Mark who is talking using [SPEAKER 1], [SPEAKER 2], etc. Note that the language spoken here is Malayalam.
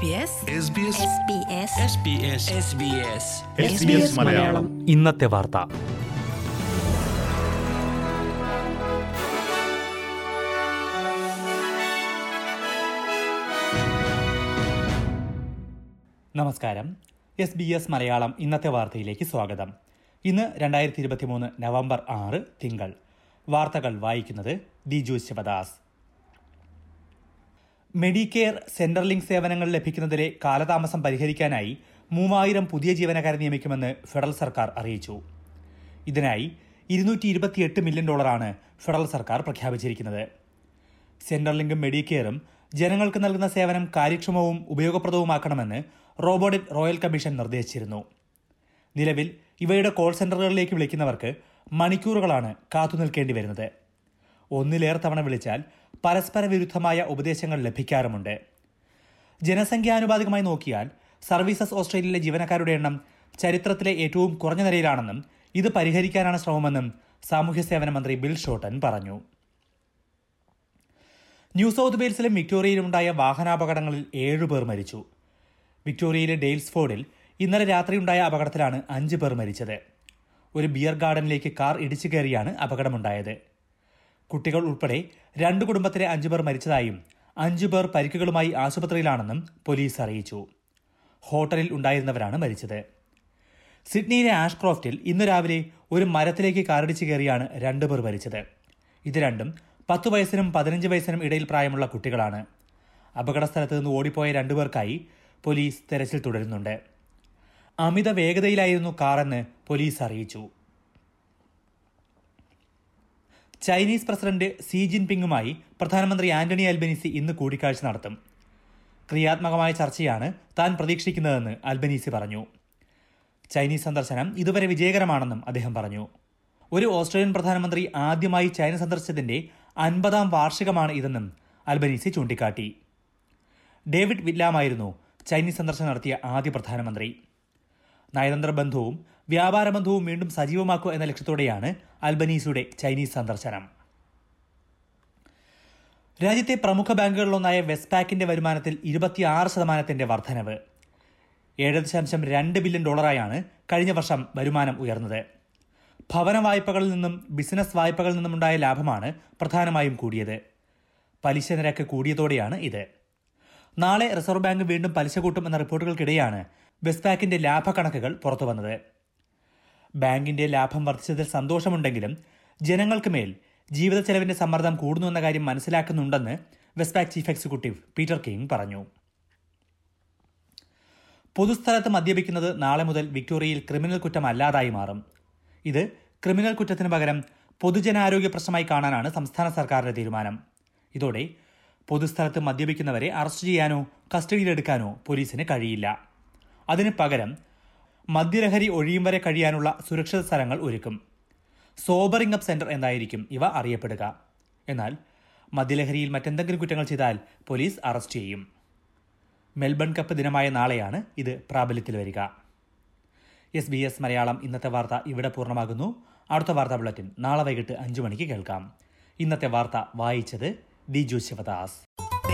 [SPEAKER 1] SBS
[SPEAKER 2] SBS മലയാളം
[SPEAKER 3] ഇന്നത്തെ വാർത്ത നമസ്കാരം എസ് ബി എസ് മലയാളം ഇന്നത്തെ വാർത്തയിലേക്ക് സ്വാഗതം ഇന്ന് രണ്ടായിരത്തി ഇരുപത്തി മൂന്ന് നവംബർ ആറ് തിങ്കൾ വാർത്തകൾ വായിക്കുന്നത് Diju Sivadas Medicare Centrelink സേവനങ്ങൾ ലഭിക്കുന്നതിലെ കാലതാമസം പരിഹരിക്കാനായി മൂവായിരം പുതിയ ജീവനക്കാരെ നിയമിക്കുമെന്ന് ഫെഡറൽ സർക്കാർ അറിയിച്ചു ഇതിനായി ഇരുന്നൂറ്റി ഇരുപത്തിയെട്ട് മില്യൺ ഡോളറാണ് ഫെഡറൽ സർക്കാർ പ്രഖ്യാപിച്ചിരിക്കുന്നത് സെൻട്രൽ ലിങ്കും മെഡിക്കെയറും ജനങ്ങൾക്ക് നൽകുന്ന സേവനം കാര്യക്ഷമവും ഉപയോഗപ്രദവുമാക്കണമെന്ന് റോബോട്ടിക് റോയൽ കമ്മീഷൻ നിർദ്ദേശിച്ചിരുന്നു നിലവിൽ ഇവയുടെ കോൾ സെന്ററുകളിലേക്ക് വിളിക്കുന്നവർക്ക് മണിക്കൂറുകളാണ് കാത്തുനിൽക്കേണ്ടി വരുന്നത് ഒന്നിലേറെ തവണ വിളിച്ചാൽ പരസ്പര വിരുദ്ധമായ ഉപദേശങ്ങൾ ലഭിക്കാറുമുണ്ട് ജനസംഖ്യാനുപാതികമായി നോക്കിയാൽ സർവീസസ് ഓസ്ട്രേലിയയിലെ ജീവനക്കാരുടെ എണ്ണം ചരിത്രത്തിലെ ഏറ്റവും കുറഞ്ഞ നിലയിലാണെന്നും ഇത് പരിഹരിക്കാനാണ് ശ്രമമെന്നും സാമൂഹ്യ സേവന മന്ത്രി ബിൽ ഷോട്ടൻ പറഞ്ഞു ന്യൂ സൗത്ത് വെയിൽസിലും വിക്ടോറിയയിലുമുണ്ടായ വാഹനാപകടങ്ങളിൽ ഏഴുപേർ മരിച്ചു വിക്ടോറിയയിലെ ഡെയിൽസ്ഫോർഡിൽ ഇന്നലെ രാത്രിയുണ്ടായ അപകടത്തിലാണ് അഞ്ച് പേർ മരിച്ചത് ഒരു ബിയർ ഗാർഡനിലേക്ക് കാർ ഇടിച്ചു കയറിയാണ് അപകടമുണ്ടായത് കുട്ടികൾ ഉൾപ്പെടെ രണ്ട് കുടുംബത്തിലെ അഞ്ചുപേർ മരിച്ചതായും അഞ്ചുപേർ പരിക്കുകളുമായി ആശുപത്രിയിലാണെന്നും പോലീസ് അറിയിച്ചു ഹോട്ടലിൽ ഉണ്ടായിരുന്നവരാണ് മരിച്ചത് സിഡ്നിയിലെ ആഷ്ക്രോഫ്റ്റിൽ ഇന്ന് രാവിലെ ഒരു മരത്തിലേക്ക് കാറിടിച്ച് കയറിയാണ് രണ്ടുപേർ മരിച്ചത് ഇത് രണ്ടും പത്ത് വയസ്സിനും പതിനഞ്ച് വയസ്സിനും ഇടയിൽ പ്രായമുള്ള കുട്ടികളാണ് അപകടസ്ഥലത്ത് നിന്ന് ഓടിപ്പോയ രണ്ടുപേർക്കായി പോലീസ് തെരച്ചിൽ തുടരുന്നുണ്ട് അമിത വേഗതയിലായിരുന്നു കാറെന്ന് പോലീസ് അറിയിച്ചു ചൈനീസ് പ്രസിഡന്റ് സി ജിൻപിങ്ങുമായി പ്രധാനമന്ത്രി ആന്റണി അൽബനീസി ഇന്ന് കൂടിക്കാഴ്ച നടത്തും ക്രിയാത്മകമായ ചർച്ചയാണ് താൻ പ്രതീക്ഷിക്കുന്നതെന്ന് അൽബനീസി പറഞ്ഞു ചൈനീസ് സന്ദർശനം ഇതുവരെ വിജയകരമാണെന്നും അദ്ദേഹം പറഞ്ഞു ഒരു ഓസ്ട്രേലിയൻ പ്രധാനമന്ത്രി ആദ്യമായി ചൈന സന്ദർശനത്തിന്റെ അൻപതാം വാർഷികമാണ് ഇതെന്നും അൽബനീസി ചൂണ്ടിക്കാട്ടി ഡേവിഡ് വില്ലാമായിരുന്നു ചൈനീസ് സന്ദർശനം നടത്തിയ ആദ്യ പ്രധാനമന്ത്രി നയതന്ത്ര ബന്ധവും വ്യാപാര ബന്ധവും വീണ്ടും സജീവമാക്കുക എന്ന ലക്ഷ്യത്തോടെയാണ് അൽബനീസിയുടെ ചൈനീസ് സന്ദർശനം രാജ്യത്തെ പ്രമുഖ ബാങ്കുകളിലൊന്നായ വെസ്റ്റ് പാക്കിന്റെ വരുമാനത്തിൽ ഇരുപത്തിയാറ് ശതമാനത്തിന്റെ വർധനവ് ഏഴ് ദശാംശം രണ്ട് ബില്യൺ ഡോളറായാണ് കഴിഞ്ഞ വർഷം വരുമാനം ഉയർന്നത് ഭവന വായ്പകളിൽ നിന്നും ബിസിനസ് വായ്പകളിൽ നിന്നുമുണ്ടായ ലാഭമാണ് പ്രധാനമായും കൂടിയത് പലിശ നിരക്ക് കൂടിയതോടെയാണ് ഇത് നാളെ റിസർവ് ബാങ്ക് വീണ്ടും പലിശ കൂട്ടും എന്ന റിപ്പോർട്ടുകൾക്കിടെയാണ് വെസ്പാക്കിന്റെ ലാഭക്കണക്കുകൾ പുറത്തുവന്നത് ബാങ്കിന്റെ ലാഭം വർദ്ധിച്ചതിൽ സന്തോഷമുണ്ടെങ്കിലും ജനങ്ങൾക്ക് മേൽ ജീവിത ചെലവിന്റെ സമ്മർദ്ദം കൂടുന്നു എന്ന കാര്യം മനസ്സിലാക്കുന്നുണ്ടെന്ന് Westpac chief executive Peter King പറഞ്ഞു പൊതുസ്ഥലത്ത് മദ്യപിക്കുന്നത് നാളെ മുതൽ വിക്ടോറിയയിൽ ക്രിമിനൽ കുറ്റമല്ലാതായി മാറും ഇത് ക്രിമിനൽ കുറ്റത്തിന് പകരം പൊതുജനാരോഗ്യ പ്രശ്നമായി കാണാനാണ് സംസ്ഥാന സർക്കാരിന്റെ തീരുമാനം ഇതോടെ പൊതുസ്ഥലത്ത് മദ്യപിക്കുന്നവരെ അറസ്റ്റ് ചെയ്യാനോ കസ്റ്റഡിയിലെടുക്കാനോ പോലീസിന് കഴിയില്ല അതിന് പകരം മദ്യലഹരി ഒഴിയും വരെ കഴിയാനുള്ള സുരക്ഷിത സ്ഥലങ്ങൾ ഒരുക്കും സോബറിംഗ് അപ്പ് സെന്റർ എന്നായിരിക്കും ഇവ അറിയപ്പെടുക എന്നാൽ മദ്യലഹരിയിൽ മറ്റെന്തെങ്കിലും കുറ്റങ്ങൾ ചെയ്താൽ പോലീസ് അറസ്റ്റ് ചെയ്യും മെൽബൺ കപ്പ് ദിനമായ നാളെയാണ് ഇത് പ്രാബല്യത്തിൽ വരിക എസ് ബി എസ് മലയാളം ഇന്നത്തെ വാർത്ത ഇവിടെ പൂർണ്ണമാകുന്നു അടുത്ത വാർത്താ ബുള്ളറ്റിൻ നാളെ വൈകിട്ട് അഞ്ചു മണിക്ക് കേൾക്കാം ഇന്നത്തെ വാർത്ത വായിച്ചത് ദിജു ശിവദാസ്